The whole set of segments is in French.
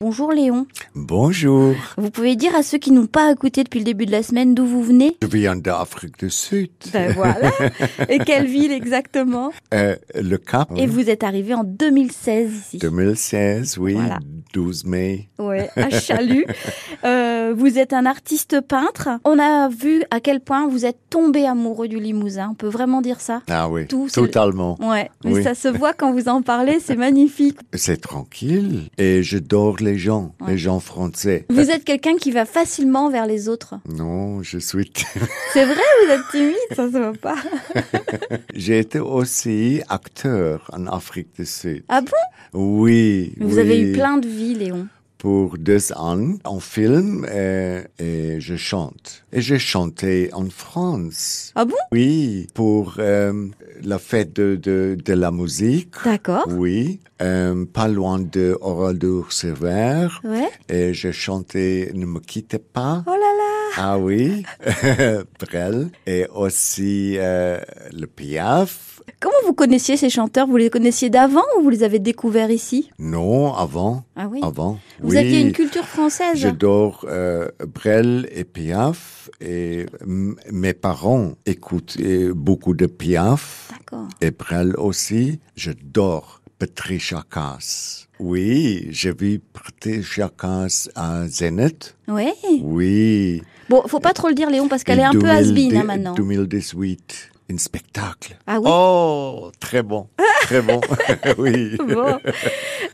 Bonjour Léon. Bonjour, Vous pouvez dire à ceux qui n'ont pas écouté depuis le début de la semaine d'où vous venez je viens d'Afrique du Sud, Ben voilà. Et quelle ville exactement Euh, le Cap, Et vous êtes arrivé en 2016 ici. 2016, oui, Voilà. 12 mai. Ouais, à Chalut. Euh, vous êtes un artiste peintre. On a vu à quel point vous êtes tombé amoureux du Limousin. On peut vraiment dire ça Ah oui, Tout, c'est- totalement. Ouais, mais Oui. ça se voit quand vous en parlez, c'est magnifique. C'est tranquille et j'adore les gens, Ouais. les gens français. Vous êtes quelqu'un qui va facilement vers les autres. Non, je suis. C'est vrai, vous êtes timide, ça se voit pas. J'ai été aussi acteur en Afrique du Sud. Ah bon Oui. Vous oui. avez eu plein de vies, Léon. pour deux ans en film euh, et je chante. Et j'ai chanté en France. Ah bon Oui, pour euh, la fête de, de, de la musique. D'accord. Oui, euh, pas loin de Oradour sur Vert. Ouais. Et j'ai chanté Ne me quitte pas. Oh là là. Ah oui, Brel. Et aussi euh, le Piaf. Comment vous connaissiez ces chanteurs Vous les connaissiez d'avant ou vous les avez découverts ici Non, avant. Ah oui. Avant. Vous oui. aviez une culture française. J'adore euh, Brel et Piaf et m- mes parents écoutent euh, beaucoup de Piaf D'accord. et Brel aussi. J'adore Patricia Cass. Oui, j'ai vu Patricia Cass à Zénith. Ouais. Oui. Bon, faut pas trop le dire, Léon, parce qu'elle Et est un peu 2000 has-been hein, maintenant. 2018, un spectacle. Ah oui Oh, très bon, très bon. oui. Bon.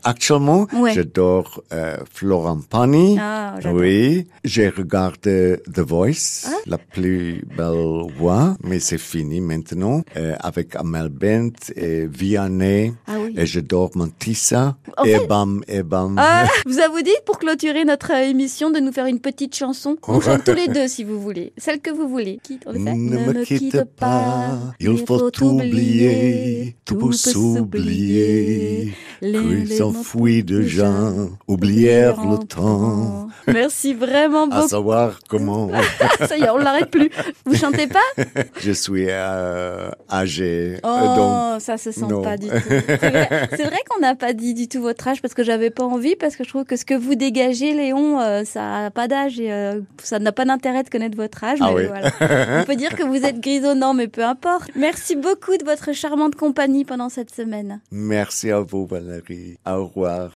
Actuellement, Ouais. j'adore euh, Florent Pagny. Ah, j'adore. Oui, j'ai regardé The Voice, la plus belle voix, mais c'est fini maintenant, euh, avec Amel Bent et Vianney, Ah oui. et j'adore Mantissa, En et fait- bam, et bam. Ah, vous avez dit pour clôturer notre euh, émission de nous faire une petite chanson. On chante tous les deux si vous voulez, celle que vous voulez. Quitte, on le fait. Ne me quitte pas, il faut oublier, tout peut s'oublier, qu'il s'enfuit de gens, oublier le temps, Ah, Merci vraiment à beaucoup. savoir comment. Ça y est, on l'arrête plus. Vous chantez pas Je suis euh, âgé, Oh, euh, donc ça se sent non. pas du tout. C'est vrai, c'est vrai qu'on n'a pas dit du tout votre âge parce que j'avais pas envie, parce que je trouve que ce que vous dégagez, Léon, euh, ça n'a pas d'âge et euh, ça n'a pas d'intérêt de connaître votre âge. Ah mais oui. voilà. On peut dire que vous êtes grisonnant, mais peu importe. Merci beaucoup de votre charmante compagnie pendant cette semaine. merci à vous Valérie. Au revoir.